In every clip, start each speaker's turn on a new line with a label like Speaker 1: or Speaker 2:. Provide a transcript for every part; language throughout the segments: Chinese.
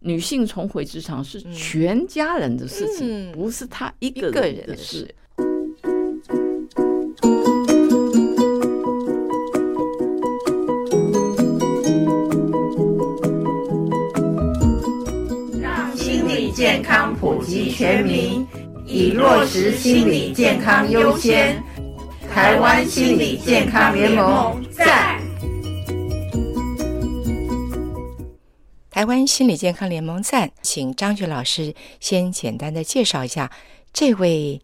Speaker 1: 女性重回职场是全家人的事情，
Speaker 2: 嗯
Speaker 1: 不是她嗯一
Speaker 2: 一
Speaker 1: 个
Speaker 2: 个
Speaker 1: 人
Speaker 2: 人
Speaker 1: 的
Speaker 2: 的
Speaker 1: 事。
Speaker 2: 事。
Speaker 3: 让心理健康普及全民，以落实心理健康优先。台湾心理健康联盟在。
Speaker 2: 台湾心理健康联盟赞，请张菊老师先简单的介绍一下这位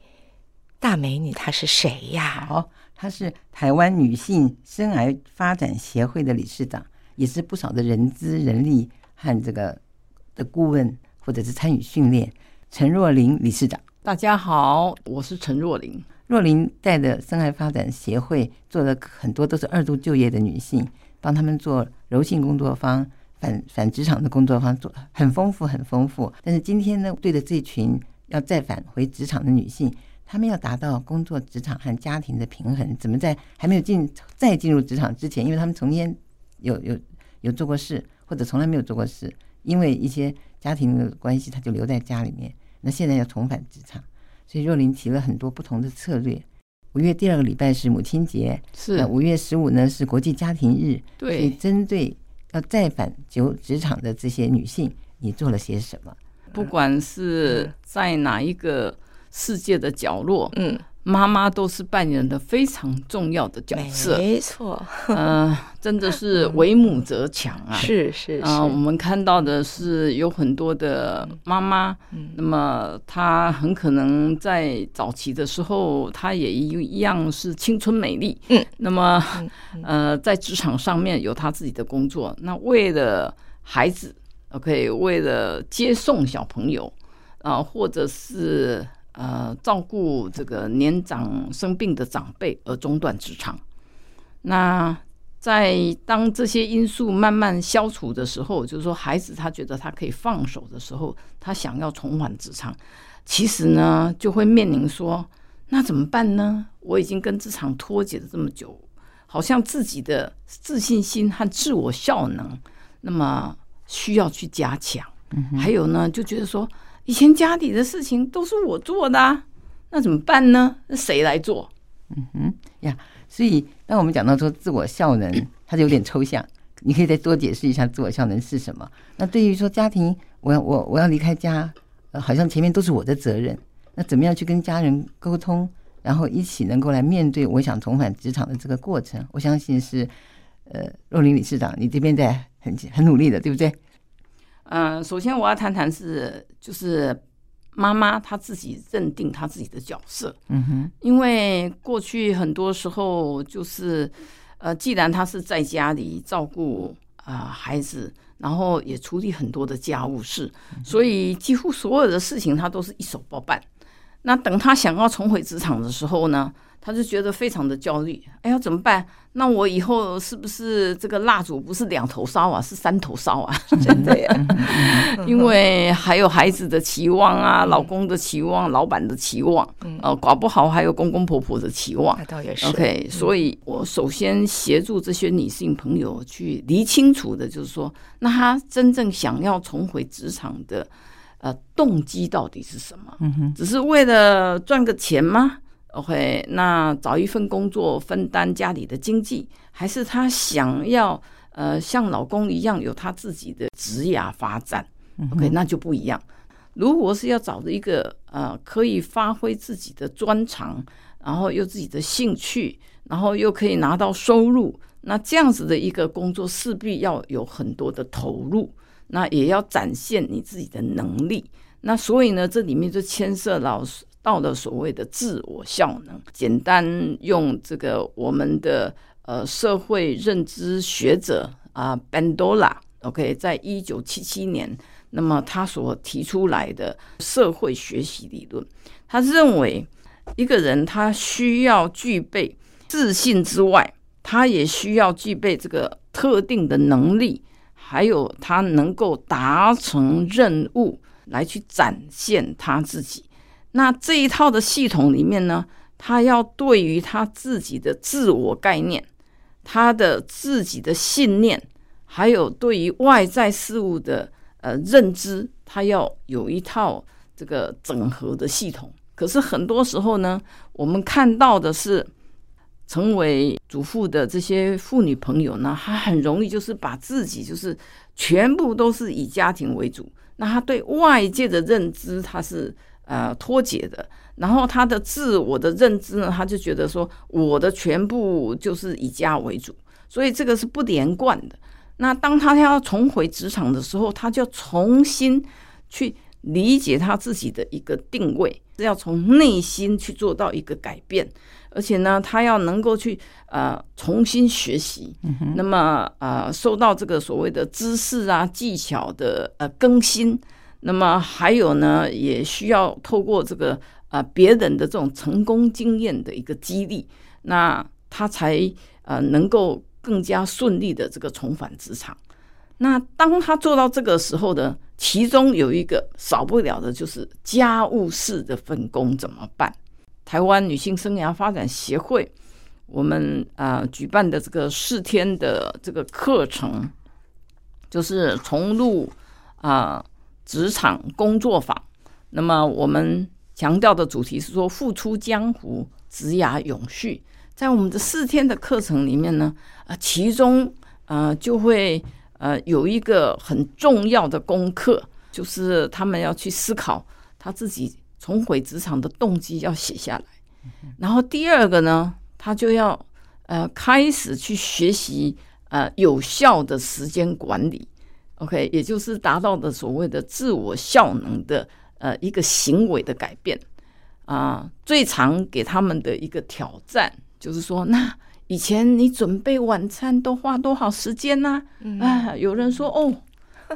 Speaker 2: 大美女她是谁呀？
Speaker 4: 好，她是台湾女性生癌发展协会的理事长，也是不少的人资、人力和这个的顾问，或者是参与训练。陈若琳理事长，
Speaker 1: 大家好，我是陈若琳。
Speaker 4: 若琳带的生癌发展协会做了很多都是二度就业的女性，帮她们做柔性工作坊、反反职场的工作坊，做很丰富很丰富。但是今天呢，对着这群要再返回职场的女性，她们要达到工作、职场和家庭的平衡，怎么在还没有进再进入职场之前，因为她们从前有有有做过事，或者从来没有做过事，因为一些家庭的关系，她就留在家里面。那现在要重返职场。所以若琳提了很多不同的策略。五月第二个礼拜是母亲节，
Speaker 1: 是
Speaker 4: 那五月十五呢是国际家庭日，所以
Speaker 1: 对，
Speaker 4: 针对要再返求职场的这些女性，你做了些什么？
Speaker 1: 不管是在哪一个世界的角落，
Speaker 2: 嗯，
Speaker 1: 妈妈都是扮演了非常重要的角色。
Speaker 2: 嗯没错，
Speaker 1: 呃，真的是为母则强啊。
Speaker 2: 是是
Speaker 1: 嗯、我
Speaker 2: 是，
Speaker 1: 们看到的是有很多的妈妈，
Speaker 2: 嗯
Speaker 1: 那么她很可能在早期的时候，她也一一样是青春美丽。
Speaker 2: 嗯，
Speaker 1: 那么 呃，在职场上面有她自己的工作，那为了孩子，OK，为了接送小朋友，啊、或者是呃照顾这个年长生病的长辈而中断职场。那在当这些因素慢慢消除的时候，就是说孩子他觉得他可以放手的时候，他想要重返职场，其实呢就会面临说，那怎么办呢？我已经跟职场脱节了这么久，好像自己的自信心和自我效能，那么需要去加强。还有呢，就觉得说以前家里的事情都是我做的、啊，那怎么办呢？那谁来做？
Speaker 4: 所以当我们讲到说自我效能，它就有点抽象，你可以再多解释一下自我效能是什么？那对于说家庭，我要我我要离开家、呃，好像前面都是我的责任，那怎么样去跟家人沟通，然后一起能够来面对我想重返职场的这个过程？我相信是，呃，若琳理事长，你这边在很很努力的，对不对？
Speaker 1: 嗯，首先我要谈谈是，就是妈妈她自己认定她自己的角色，
Speaker 4: 嗯哼，
Speaker 1: 因为过去很多时候就是，呃，既然她是在家里照顾啊、呃孩子，然后也处理很多的家务事，所以几乎所有的事情她都是一手包办。那等她想要重回职场的时候呢，她就觉得非常的焦虑。哎呀，怎么办？那我以后是不是这个蜡烛不是两头烧啊，是三头烧啊？
Speaker 2: 真的呀，
Speaker 1: 因为还有孩子的期望啊，老公的期望，老板的期望，呃，搞不好还有公公婆婆的期望
Speaker 2: 那。倒也是。
Speaker 1: OK，所以我首先协助这些女性朋友去理清楚的，就是说，那她真正想要重回职场的，呃，动机到底是什么？嗯哼，只是为了赚个钱吗？OK，那找一份工作分担家里的经济，还是她想要呃像老公一样有她自己的职业发展？OK，那就不一样。如果是要找一个呃可以发挥自己的专长，然后又自己的兴趣，然后又可以拿到收入，那这样子的一个工作势必要有很多的投入，那也要展现你自己的能力。那所以呢，这里面就牵涉到到了所谓的自我效能。简单用这个我们的呃社会认知学者啊、b a n d o l a OK，在一九七七年，那么他所提出来的社会学习理论，他认为一个人他需要具备自信之外，他也需要具备这个特定的能力，还有他能够达成任务来去展现他自己。那这一套的系统里面呢，他要对于他自己的自我概念、他的自己的信念，还有对于外在事物的呃认知，它要有一套这个整合的系统。可是很多时候呢，我们看到的是成为主妇的这些妇女朋友呢，她很容易就是把自己就是全部都是以家庭为主，那她对外界的认知她是呃脱节的，然后她的自我的认知呢，她就觉得说我的全部就是以家为主，所以这个是不连贯的。那当她要重回职场的时候，她就重新去。理解他自己的一个定位，是要从内心去做到一个改变，而且呢，他要能够去呃重新学习，嗯、那么呃受到这个所谓的知识啊技巧的呃更新，那么还有呢，也需要透过这个啊、呃、别人的这种成功经验的一个激励，那他才呃能够更加顺利的这个重返职场。那当他做到这个时候呢，其中有一个少不了的就是家务事的分工怎么办？台湾女性生涯发展协会，我们啊、呃、举办的这个四天的这个课程，就是重入啊、呃、职场工作坊。那么我们强调的主题是说复出江湖，职涯永续。在我们的四天的课程里面呢，啊、呃，其中啊就会。呃，有一个很重要的功课，就是他们要去思考他自己重回职场的动机，要写下来。然后第二个呢，他就要呃开始去学习呃有效的时间管理，OK，也就是达到的所谓的自我效能的呃一个行为的改变啊、呃。最常给他们的一个挑战就是说，那。以前你准备晚餐都花多少时间呢、啊？嗯、啊，有人说哦，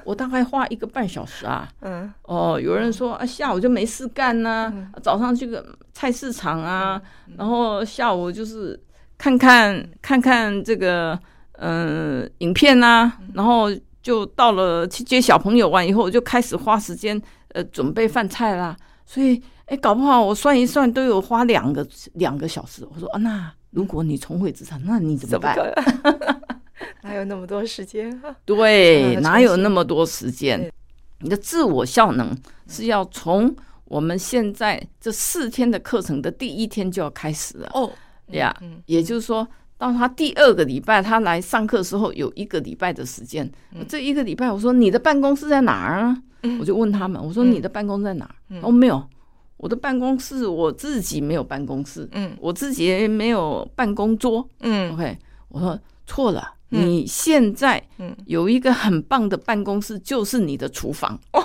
Speaker 1: 我大概花一个半小时啊。 嗯，哦，有人说啊，下午就没事干呐、啊，嗯、早上去个菜市场啊，嗯、然后下午就是看看看看这个嗯、呃、影片呐，然后就到了去接小朋友完以后，我就开始花时间呃准备饭菜啦。所以哎，搞不好我算一算都有花两个两个小时。我说啊，那。如果你重回职场，那你怎么办？
Speaker 2: 哪有那么多时间、啊？
Speaker 1: 对，哪有那么多时间？你的自我效能是要从我们现在这四天的课程的第一天就要开始了哦呀。Oh, yeah, 嗯、也就是说，到他第二个礼拜他来上课的时候，有一个礼拜的时间。嗯、这一个礼拜，我说你的办公室在哪儿啊？嗯、我就问他们，我说你的办公在哪儿？哦，没有。我的办公室我自己没有办公室，嗯，我自己没有办公桌，嗯，OK，我说错了，嗯、你现在有一个很棒的办公室，就是你的厨房。 哦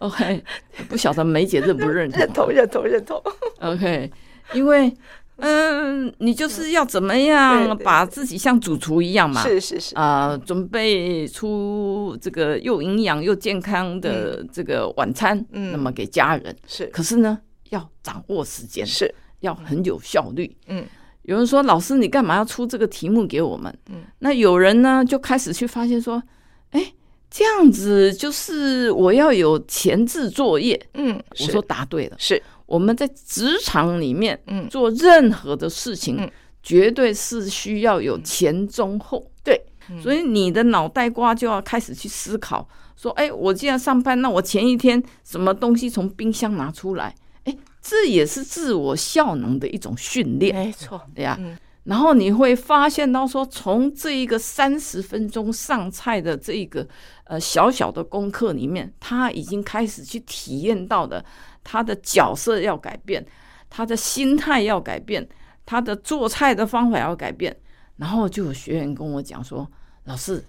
Speaker 1: OK，不晓得梅姐认不认同？
Speaker 2: 认 同，认同，认同。
Speaker 1: OK，因为嗯，你就是要怎么样把自己像主厨一样嘛？
Speaker 2: 是是是
Speaker 1: 啊、呃，准备出这个又营养又健康的这个晚餐，嗯，那么给家人
Speaker 2: 是。
Speaker 1: 可是呢，要掌握时间，
Speaker 2: 是
Speaker 1: 要很有效率。嗯，有人说老师，你干嘛要出这个题目给我们？嗯，那有人呢就开始去发现说，哎。这样子就是我要有前置作业，
Speaker 2: 嗯，
Speaker 1: 我说答对了，
Speaker 2: 是
Speaker 1: 我们在职场里面，嗯，做任何的事情，嗯、绝对是需要有前中后，嗯、
Speaker 2: 对，
Speaker 1: 嗯、所以你的脑袋瓜就要开始去思考，说，哎、欸，我既然上班，那我前一天什么东西从冰箱拿出来，哎、欸，这也是自我效能的一种训练，
Speaker 2: 没错，
Speaker 1: 对呀、啊。然后你会发现到说，从这一个三十分钟上菜的这一个呃小小的功课里面，他已经开始去体验到的，他的角色要改变，他的心态要改变，他的做菜的方法要改变。然后就有学员跟我讲说：“老师，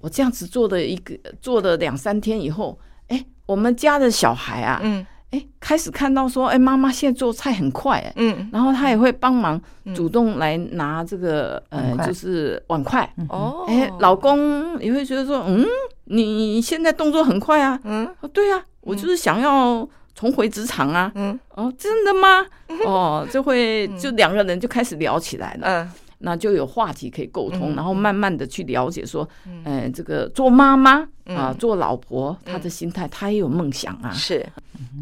Speaker 1: 我这样子做的一个做了两三天以后，哎，我们家的小孩啊，嗯。”哎，开始看到说，哎，妈妈现在做菜很快，哎，
Speaker 2: 嗯，
Speaker 1: 然后她也会帮忙主动来拿这个，呃，就是碗筷，
Speaker 2: 哦，
Speaker 1: 哎，老公也会觉得说，嗯，你现在动作很快啊，
Speaker 2: 嗯，
Speaker 1: 对呀，我就是想要重回职场啊，
Speaker 2: 嗯，
Speaker 1: 哦，真的 吗？哦，就会就两个人就开始聊起来了，
Speaker 2: 嗯，
Speaker 1: 那就有话题可以沟通，然后慢慢的去了解说，
Speaker 2: 嗯
Speaker 1: 哎，这个做妈妈啊，做老婆，她的心态，她也有梦想啊，
Speaker 2: 是。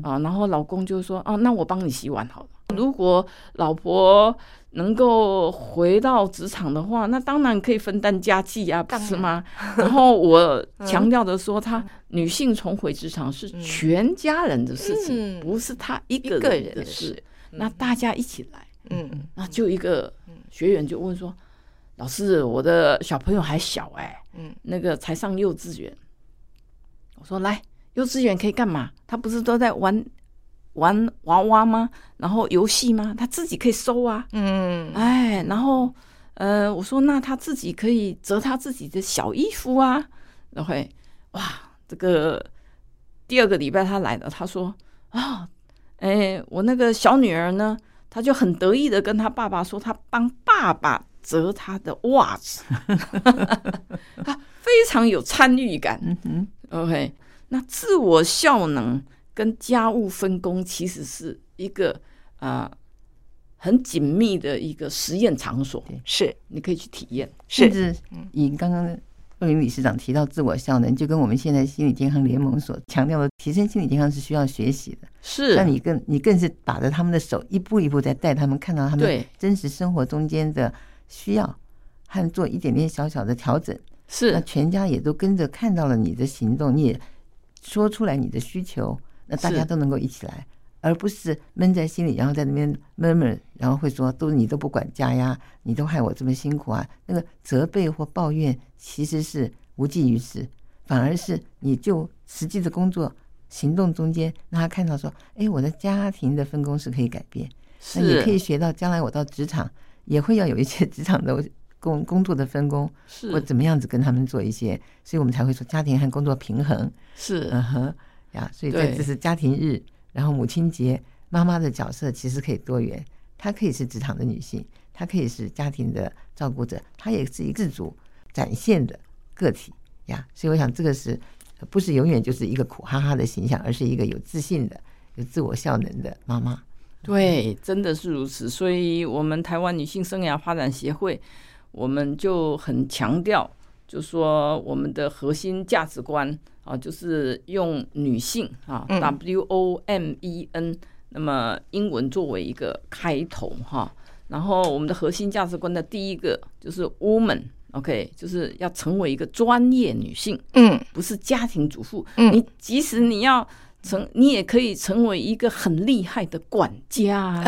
Speaker 1: 啊，然后老公就说：“哦、啊，那我帮你洗碗好了。”如果老婆能够回到职场的话，那当然可以分担家计啊，不
Speaker 2: 当然嗯
Speaker 1: 是 吗？然后我强调的说，她女性重回职场是全家人的事情，
Speaker 2: 嗯
Speaker 1: 不是她一
Speaker 2: 一
Speaker 1: 个
Speaker 2: 个
Speaker 1: 人
Speaker 2: 人的
Speaker 1: 的事
Speaker 2: 事。
Speaker 1: 那大家一起来，
Speaker 2: 嗯
Speaker 1: 那就一个学员就问说：“老师，我的小朋友还小哎、
Speaker 2: 嗯，
Speaker 1: 那个才上幼稚园。”我说：“来，幼稚园可以干嘛？他不是都在玩玩娃娃吗？然后游戏吗？他自己可以收啊。
Speaker 2: 嗯
Speaker 1: 哎，然后呃，我说那他自己可以折他自己的小衣服啊。然后哎哇，这个第二个礼拜他来了，他说啊，哎，我那个小女儿呢，她就很得意的跟她爸爸说，她帮爸爸折她的袜子，她非常有参与感。
Speaker 4: 嗯哼，
Speaker 1: OK，那自我效能跟家务分工其实是一个啊、呃很紧密的一个实验场所，
Speaker 2: 是
Speaker 1: 你可以去体验。
Speaker 4: 甚
Speaker 2: 是
Speaker 4: 至以刚刚陆林理事长提到自我效能，就跟我们现在心理健康联盟所强调的，提升心理健康是需要学习的。
Speaker 1: 是
Speaker 4: 那你更你更是把着他们的手，一步一步在带他们看到他们
Speaker 1: 对
Speaker 4: 真实生活中间的需要，和做一点点小小的调整。那
Speaker 1: 是
Speaker 4: 全家也都跟着看到了你的行动，你也说出来你的需求，那大
Speaker 1: 是
Speaker 4: 家都能够一起来，而不是闷在心里，然后在那边闷闷，然后会说都你都不管家呀，你都害我这么辛苦啊。那个责备或抱怨其实是无济于事，反而是你就实际的工作行动中间，让他看到说，哎，我的家庭的分工是可以改变，那也可以
Speaker 1: 是
Speaker 4: 学到将来我到职场也会要有一些职场的工工作的分工。
Speaker 2: 嗯
Speaker 4: 我
Speaker 1: 是
Speaker 4: 怎么样子跟他们做一些，所以我们才会说家庭和工作平衡。
Speaker 1: 是
Speaker 4: 嗯哼，呀，所以在
Speaker 1: 对
Speaker 4: 这是家庭日，然后母亲节，妈妈的角色其实可以多元，她可以是职场的女性，她可以是家庭的照顾者，她也是一个自主展现的个体呀。所以我想这个是呃不是永远就是一个苦哈哈的形象，而是一个有自信的、有自我效能的妈妈。
Speaker 1: 对，真的是如此。所以，我们台湾女性生涯发展协会，我们就很强调，就说我们的核心价值观啊，就是用女性啊、
Speaker 2: 嗯
Speaker 1: w O M E N，那么英文作为一个开头哈、然后我们的核心价值观的第一个就是 woman，OK，、就是要成为一个专业女性。
Speaker 2: 嗯
Speaker 1: 不是家庭主妇，
Speaker 2: 嗯
Speaker 1: 你即使你要成，你也可以成为一个很厉害的管家、啊，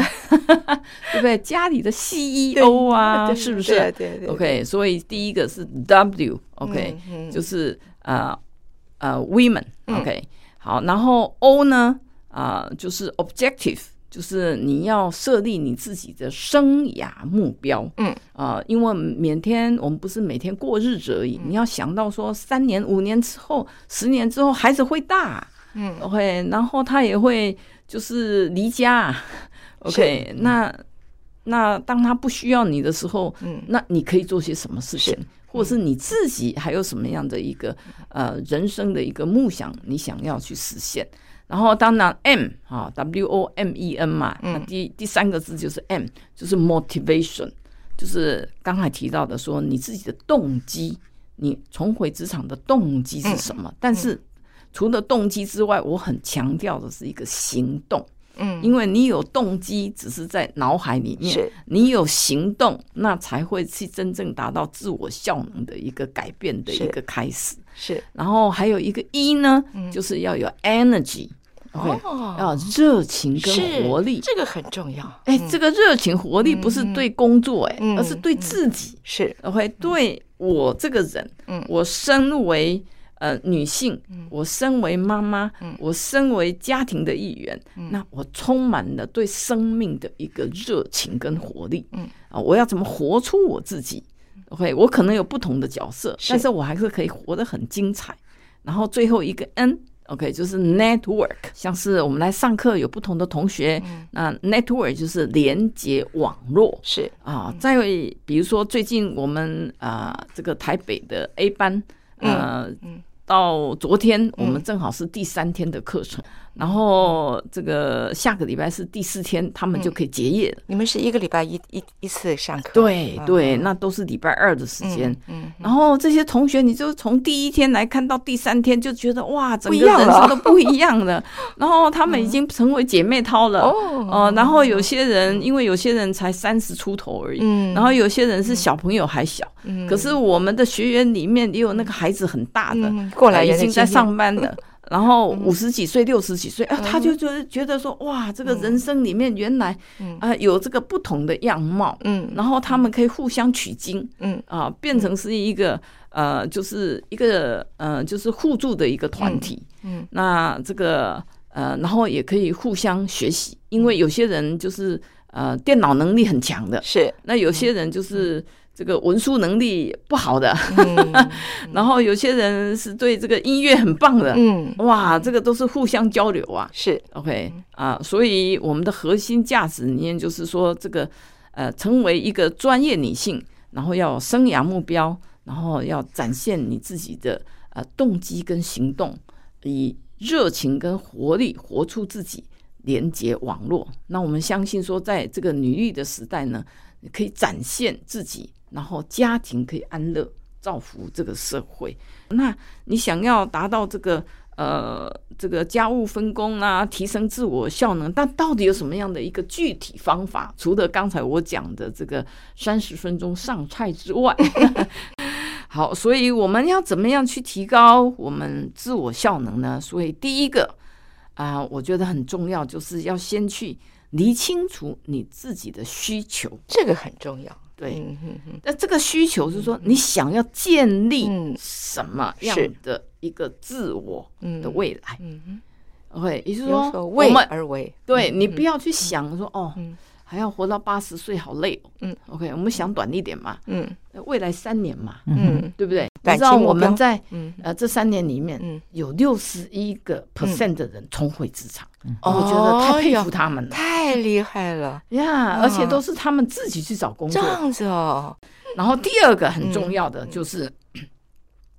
Speaker 1: 对不对？家里的 CEO 啊，
Speaker 2: 对
Speaker 1: 是不
Speaker 2: 对
Speaker 1: 是
Speaker 2: 对对
Speaker 1: ？OK，所以第一个是 W，OK，、
Speaker 2: 嗯嗯
Speaker 1: 就是呃呃 women，OK，
Speaker 2: 嗯、
Speaker 1: 好，然后 O 呢啊、就是 objective。就是你要设立你自己的生涯目标，
Speaker 2: 嗯，
Speaker 1: 啊、因为每天我们不是每天过日子而已，
Speaker 2: 嗯
Speaker 1: 你要想到说三年、五年之后、十年之后，孩子会大，
Speaker 2: 嗯
Speaker 1: ，OK，然后他也会就是离家，OK，那
Speaker 2: 嗯
Speaker 1: 那当他不需要你的时候，
Speaker 2: 嗯
Speaker 1: 那你可以做些什么事情，或者是你自己还有什么样的一个呃人生的一个梦想，你想要去实现。然后当然 M 啊，W O M E N 嘛，
Speaker 2: 嗯
Speaker 1: 那第第三个字就是 M，就是 motivation，就是刚才提到的说你自己的动机，你重回职场的动机是什
Speaker 2: 嗯
Speaker 1: 么？但是除了动机之外，我很强调的是一个行动。
Speaker 2: 嗯
Speaker 1: 因为你有动机，只是在脑海里面
Speaker 2: 是，
Speaker 1: 你有行动，那才会去真正达到自我效能的一个改变的
Speaker 2: 是
Speaker 1: 一个开始。
Speaker 2: 是
Speaker 1: 然后还有一个一呢，就是要有 energy，OK，
Speaker 2: 嗯哦，
Speaker 1: 要有热情
Speaker 2: 是
Speaker 1: 跟活力。
Speaker 2: 这个很重要。
Speaker 1: 哎，这个热情活力不是对工作哎、
Speaker 2: 嗯
Speaker 1: 而是对自己，
Speaker 2: 是
Speaker 1: 会对我这个人，
Speaker 2: 嗯
Speaker 1: 我身为呃女性，我身为妈妈，
Speaker 2: 嗯
Speaker 1: 我身为家庭的一员，那我充满了对生命的一个热情跟活力，
Speaker 2: 嗯
Speaker 1: 啊，我要怎么活出我自己？OK，我可能有不同的角色，
Speaker 2: 是
Speaker 1: 但是我还是可以活得很精彩。然后最后一个 N。OK，就是 network，像是我们来上课有不同的同学，
Speaker 2: 嗯
Speaker 1: 那 network 就是连接网络，
Speaker 2: 是
Speaker 1: 啊，再比如说最近我们啊、呃这个台北的
Speaker 2: 嗯嗯
Speaker 1: A 班，呃，到昨天我们正好是第三天的课程。然后这个下个礼拜是第四天，他们就可以结业了。
Speaker 2: 你们是一个礼拜一一一次上课，
Speaker 1: 对
Speaker 2: 嗯
Speaker 1: 对，那都是礼拜二的时间。
Speaker 2: 嗯，
Speaker 1: 然后这些同学，你就从第一天来看到第三天，就觉得哇，整
Speaker 2: 不一
Speaker 1: 个
Speaker 2: 样
Speaker 1: 人
Speaker 2: 了
Speaker 1: 生都不一样 了。然后他们已经成为姐妹淘了。
Speaker 2: 哦，
Speaker 1: 呃，然后有些人，因为有些人才三十出头而已，
Speaker 2: 嗯
Speaker 1: 然后有些人是小朋友还小，
Speaker 2: 嗯
Speaker 1: 可是我们的学员里面也有那个孩子很大的，
Speaker 2: 嗯过来
Speaker 1: 呃
Speaker 2: 人
Speaker 1: 已
Speaker 2: 的
Speaker 1: 经在
Speaker 2: 经验
Speaker 1: 上班 的，然后
Speaker 2: 嗯
Speaker 1: 五十几岁、六十几岁，啊，他就觉得觉得说，哇，这个人生里面原来
Speaker 2: 嗯
Speaker 1: 啊有这个不同的样貌，
Speaker 2: 嗯
Speaker 1: 然后他们可以互相取经，
Speaker 2: 嗯
Speaker 1: 啊，变成是一个呃，就是一个呃，就是互助的一个团体。
Speaker 2: 嗯嗯
Speaker 1: 那这个呃，然后也可以互相学习，因
Speaker 2: 嗯
Speaker 1: 为有些人就是呃，电脑能力很强的，
Speaker 2: 是，
Speaker 1: 那有些人就是这个文书能力不好的，
Speaker 2: 嗯
Speaker 1: 然后有些人是对这个音乐很棒的。
Speaker 2: 嗯
Speaker 1: 哇，这个都是互相交流啊。
Speaker 2: 是，
Speaker 1: OK 啊，所以我们的核心价值理念就是说，这个呃，成为一个专业女性，然后要有生涯目标，然后要展现你自己的呃动机跟行动，以热情跟活力活出自己，连接网络。那我们相信说，在这个女力的时代呢，你可以展现自己，然后家庭可以安乐，造福这个社会。那你想要达到这个呃这个家务分工啊，提升自我效能，但到底有什么样的一个具体方法？除了刚才我讲的这个三十分钟上菜之外， 好，所以我们要怎么样去提高我们自我效能呢？所以第一个啊、我觉得很重要，就是要先去理清楚你自己的需求。
Speaker 2: 这个很重要，
Speaker 1: 对，
Speaker 2: 嗯嗯嗯
Speaker 1: 那这个需求是说，你想要建立
Speaker 2: 嗯
Speaker 1: 什么样
Speaker 2: 是
Speaker 1: 的一个自我
Speaker 2: 嗯
Speaker 1: 的未来
Speaker 2: 嗯嗯，
Speaker 1: ？OK，也就是
Speaker 2: 有
Speaker 1: 说，
Speaker 2: 所
Speaker 1: 我
Speaker 2: 为
Speaker 1: 们
Speaker 2: 而为，
Speaker 1: 对你
Speaker 2: 嗯
Speaker 1: 不要去想说哦
Speaker 2: 嗯，
Speaker 1: 还要活到八十岁，好累哦。
Speaker 2: 嗯
Speaker 1: ，OK，我们想短一点嘛，
Speaker 2: 嗯
Speaker 1: 呃未来三年嘛，
Speaker 2: 嗯
Speaker 1: 对不对？你
Speaker 2: 短
Speaker 1: 知道
Speaker 2: 期目
Speaker 1: 我们
Speaker 2: 标
Speaker 1: 在
Speaker 2: 嗯
Speaker 1: 呃这三年里面
Speaker 2: 嗯，
Speaker 1: 有六十一个 percent 的人重回职场，我觉
Speaker 2: 哦
Speaker 1: 得太佩
Speaker 2: 哟
Speaker 1: 服他们了
Speaker 2: 太厉害了，
Speaker 1: 呀！而且
Speaker 2: 嗯
Speaker 1: 都是他们自己去找工
Speaker 2: 这
Speaker 1: 作的，
Speaker 2: 样子哦，
Speaker 1: 然后第二个很重要的就是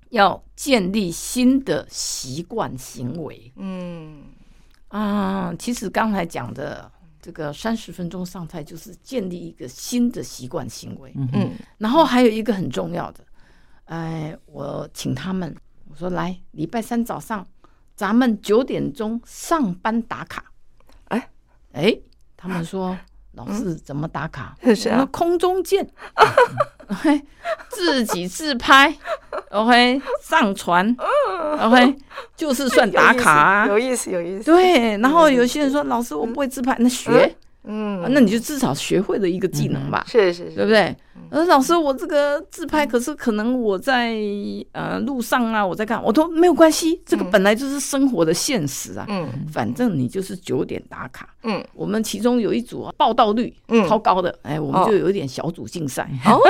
Speaker 1: 要建立新的习惯行为
Speaker 2: 嗯
Speaker 1: 啊。其实刚才讲的这个三十分钟上菜，就是建立一个新的习惯行为。
Speaker 4: 嗯
Speaker 2: 嗯
Speaker 1: 然后还有一个很重要的，哎，我请他们，我说来礼拜三早上，咱们九点钟上班打卡。
Speaker 2: 哎嗯
Speaker 1: 哎，他们 说。老师怎么打卡？
Speaker 2: 是
Speaker 1: 我
Speaker 2: 啊
Speaker 1: 们空中见 ，OK，自己自拍，OK，上 传，OK，就是算打卡啊。
Speaker 2: 有意思有意思，
Speaker 1: 对，然后有些人说，老师我不会自拍，那学，啊
Speaker 2: 嗯，
Speaker 1: 那你就至少学会了一个技能吧，
Speaker 2: 是是
Speaker 1: 对
Speaker 2: 是，
Speaker 1: 不对？
Speaker 2: 嗯
Speaker 1: 呃，老师，我这个自拍，可是可能我在呃路上啊，我在干，我都没有关系，这个本来就是生活的现实啊。
Speaker 2: 嗯
Speaker 1: 反正你就是九点打卡。
Speaker 2: 嗯，
Speaker 1: 我们其中有一组啊报道率
Speaker 2: 嗯
Speaker 1: 超高的，哎，我们
Speaker 2: 哦
Speaker 1: 就有一点小组竞赛，
Speaker 2: 哦，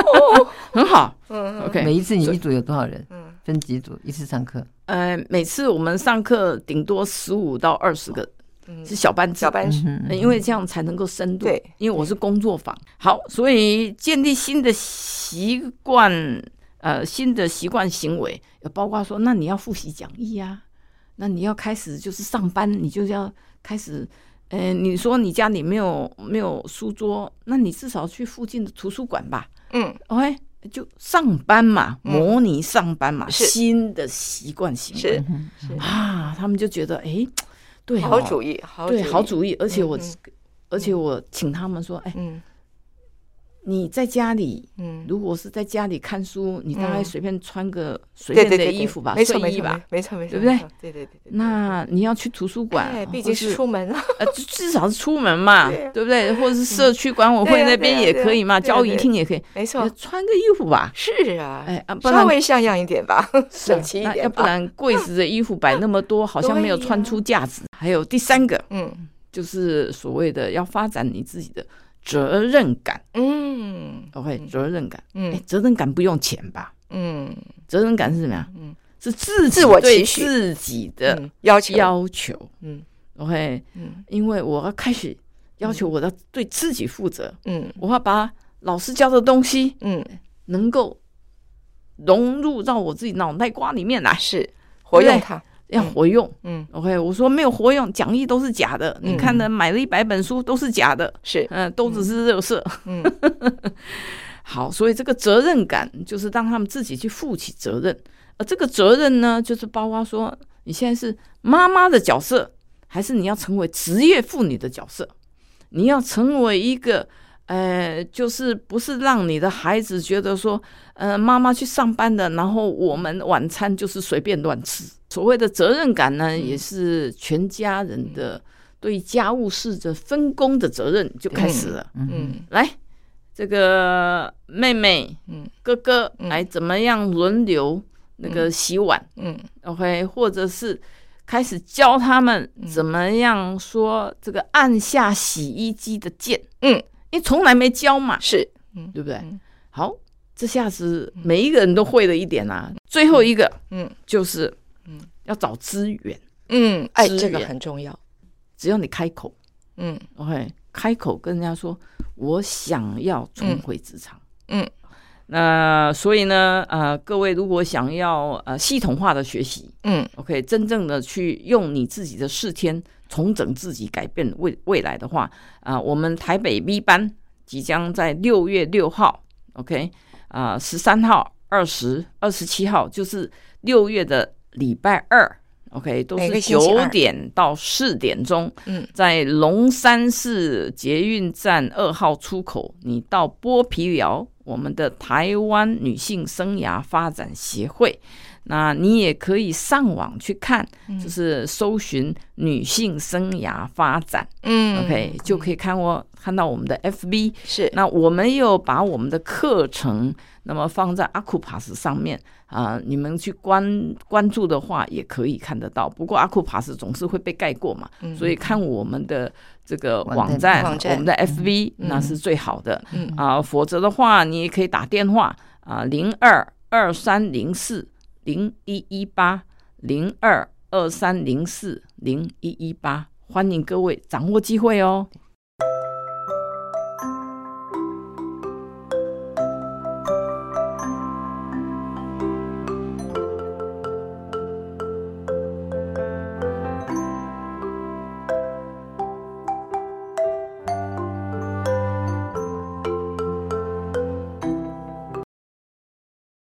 Speaker 1: 很好。
Speaker 2: 嗯
Speaker 1: OK，
Speaker 4: 每一次你一组有多少人？
Speaker 2: 嗯
Speaker 4: 分几组，一次上课。
Speaker 1: 呃，每次我们上课顶多十五到二十个，
Speaker 2: 嗯
Speaker 1: 是小班制
Speaker 2: 小。班是
Speaker 1: 呃因为这样才能够深度。
Speaker 2: 嗯对，
Speaker 1: 因为我是工作坊。好，所以建立新的习惯，呃，新的习惯行为，呃包括说，那你要复习讲义啊，那你要开始就是上班，你就要开始。呃，你说你家里没有没有书桌，那你至少去附近的图书馆吧。
Speaker 2: 嗯
Speaker 1: OK，就上班嘛，
Speaker 2: 嗯
Speaker 1: 模拟上班嘛，
Speaker 2: 是
Speaker 1: 新的习惯行为
Speaker 2: 是
Speaker 1: 啊，他们就觉得哎，诶对、哦，
Speaker 2: 好主意，好
Speaker 1: 对，好
Speaker 2: 意，
Speaker 1: 主意，而且我，
Speaker 2: 嗯
Speaker 1: 而且我请他们说，哎，
Speaker 2: 嗯
Speaker 1: 你在家里，
Speaker 2: 嗯，
Speaker 1: 如果是在家里看书，你大概
Speaker 2: 嗯
Speaker 1: 随便穿个随
Speaker 2: 对
Speaker 1: 便
Speaker 2: 对
Speaker 1: 的
Speaker 2: 对，
Speaker 1: 衣服吧，
Speaker 2: 没错没
Speaker 1: 睡衣
Speaker 2: 错
Speaker 1: 吧。，
Speaker 2: 没错没错，
Speaker 1: 对不对
Speaker 2: 没错？对对对对，
Speaker 1: 那你要去图书
Speaker 2: 哎，
Speaker 1: 馆，
Speaker 2: 毕竟是
Speaker 1: 或
Speaker 2: 出门了，
Speaker 1: 呃，至至少是出门嘛，
Speaker 2: 对啊
Speaker 1: 对不对？或者是社区管委
Speaker 2: 对
Speaker 1: 会
Speaker 2: 啊
Speaker 1: 那
Speaker 2: 对
Speaker 1: 边
Speaker 2: 啊
Speaker 1: 也
Speaker 2: 对啊
Speaker 1: 可以嘛，
Speaker 2: 对啊
Speaker 1: 交谊
Speaker 2: 对啊
Speaker 1: 厅也可以，
Speaker 2: 没错
Speaker 1: 呃，穿个衣服吧，
Speaker 2: 是啊，
Speaker 1: 哎啊，不
Speaker 2: 稍
Speaker 1: 然
Speaker 2: 微像样一点吧，
Speaker 1: 是啊
Speaker 2: 整齐一
Speaker 1: 那
Speaker 2: 点
Speaker 1: 要不
Speaker 2: 吧，
Speaker 1: 然柜子的衣服摆那么多，好像没有
Speaker 2: 对呀
Speaker 1: 穿出价值。还有第三个
Speaker 2: 嗯
Speaker 1: 就是所谓的要发展你自己的责任感。
Speaker 2: 嗯
Speaker 1: OK，责任感，哎、
Speaker 2: 嗯
Speaker 1: 责任感不用钱吧？
Speaker 2: 嗯
Speaker 1: 责任感是怎么样？
Speaker 2: 嗯
Speaker 1: 是自己
Speaker 2: 自我
Speaker 1: 对
Speaker 2: 期许
Speaker 1: 自己的
Speaker 2: 嗯，要求，
Speaker 1: 呃要求。
Speaker 2: 嗯
Speaker 1: OK，
Speaker 2: 嗯
Speaker 1: 因为我要开始要求我要对自己负责，
Speaker 2: 嗯
Speaker 1: 我要把老师教的东西
Speaker 2: 嗯，
Speaker 1: 能够融入到我自己脑袋瓜里面来。
Speaker 2: 是活
Speaker 1: 对不
Speaker 2: 用
Speaker 1: 对
Speaker 2: 它，
Speaker 1: 要活用。
Speaker 2: 嗯
Speaker 1: OK，我说没有活用，讲义都是假的。你看呢，买了一百本书都是假的，
Speaker 2: 是，
Speaker 1: 嗯、都只是热色。
Speaker 2: 嗯
Speaker 1: 好，所以这个责任感就是让他们自己去负起责任，而这个责任呢，就是包括说你现在是妈妈的角色，还是你要成为职业妇女的角色，你要成为一个。呃，就是不是让你的孩子觉得说，呃，妈妈去上班的，然后我们晚餐就是随便乱吃。所谓的责任感
Speaker 2: 嗯
Speaker 1: 呢，也是全家人的对家务事的分工的责任就开始了。
Speaker 2: 嗯
Speaker 1: 来，这个妹妹、
Speaker 2: 嗯
Speaker 1: 哥哥
Speaker 2: 嗯
Speaker 1: 来怎么样轮流那个洗碗、
Speaker 2: 嗯
Speaker 1: o k 或者是开始教他们
Speaker 2: 嗯
Speaker 1: 怎么样说这个按下洗衣机的键，
Speaker 2: 嗯，
Speaker 1: 因为从来没教嘛，
Speaker 2: 是，
Speaker 1: 对不对？
Speaker 2: 嗯
Speaker 1: 好，这下子每一个人都会了一点啊。最后一个
Speaker 2: 嗯
Speaker 1: 就是，
Speaker 2: 嗯
Speaker 1: 要找资源，
Speaker 2: 嗯，哎，
Speaker 1: 资
Speaker 2: 这个
Speaker 1: 源
Speaker 2: 很重要，
Speaker 1: 只要你开口
Speaker 2: 嗯
Speaker 1: ，OK，开口跟人家说，我想要重回职场。
Speaker 2: 嗯
Speaker 1: 那所以呢，呃，各位如果想要呃系统化的学习
Speaker 2: 嗯
Speaker 1: ，OK，真正的去用你自己的四天重整自己，改变未未来的话，啊、我们台北 B 班即将在六月六号，OK，啊、1十三号、二十、二十七号，就是六月的礼拜二，OK，都
Speaker 2: 每个
Speaker 1: 是
Speaker 2: 星期
Speaker 1: 九
Speaker 2: 二
Speaker 1: 点到四点钟，
Speaker 2: 嗯，
Speaker 1: 在龙山市捷运站二号出口，你到剥皮寮，我们的台湾女性生涯发展协会，那你也可以上网去看，
Speaker 2: 嗯
Speaker 1: 就是搜寻女性生涯发展、
Speaker 2: 嗯
Speaker 1: o k 就可以看我看到我们的 FB。
Speaker 2: 是，
Speaker 1: 那我们也有把我们的课程，那么放在阿库帕斯上面啊、你们去关关注的话，也可以看得到。不过阿库帕斯总是会被盖过嘛，所以看我们的这个网
Speaker 4: 网
Speaker 1: 站，
Speaker 4: 站
Speaker 2: 嗯网站
Speaker 1: 我们的 FB、那是最好的啊、
Speaker 2: 嗯
Speaker 1: 否则的话，你也可以打电话啊，零二二三零四零一一八零二二三零四零一一八。欢迎各位掌握机会哦！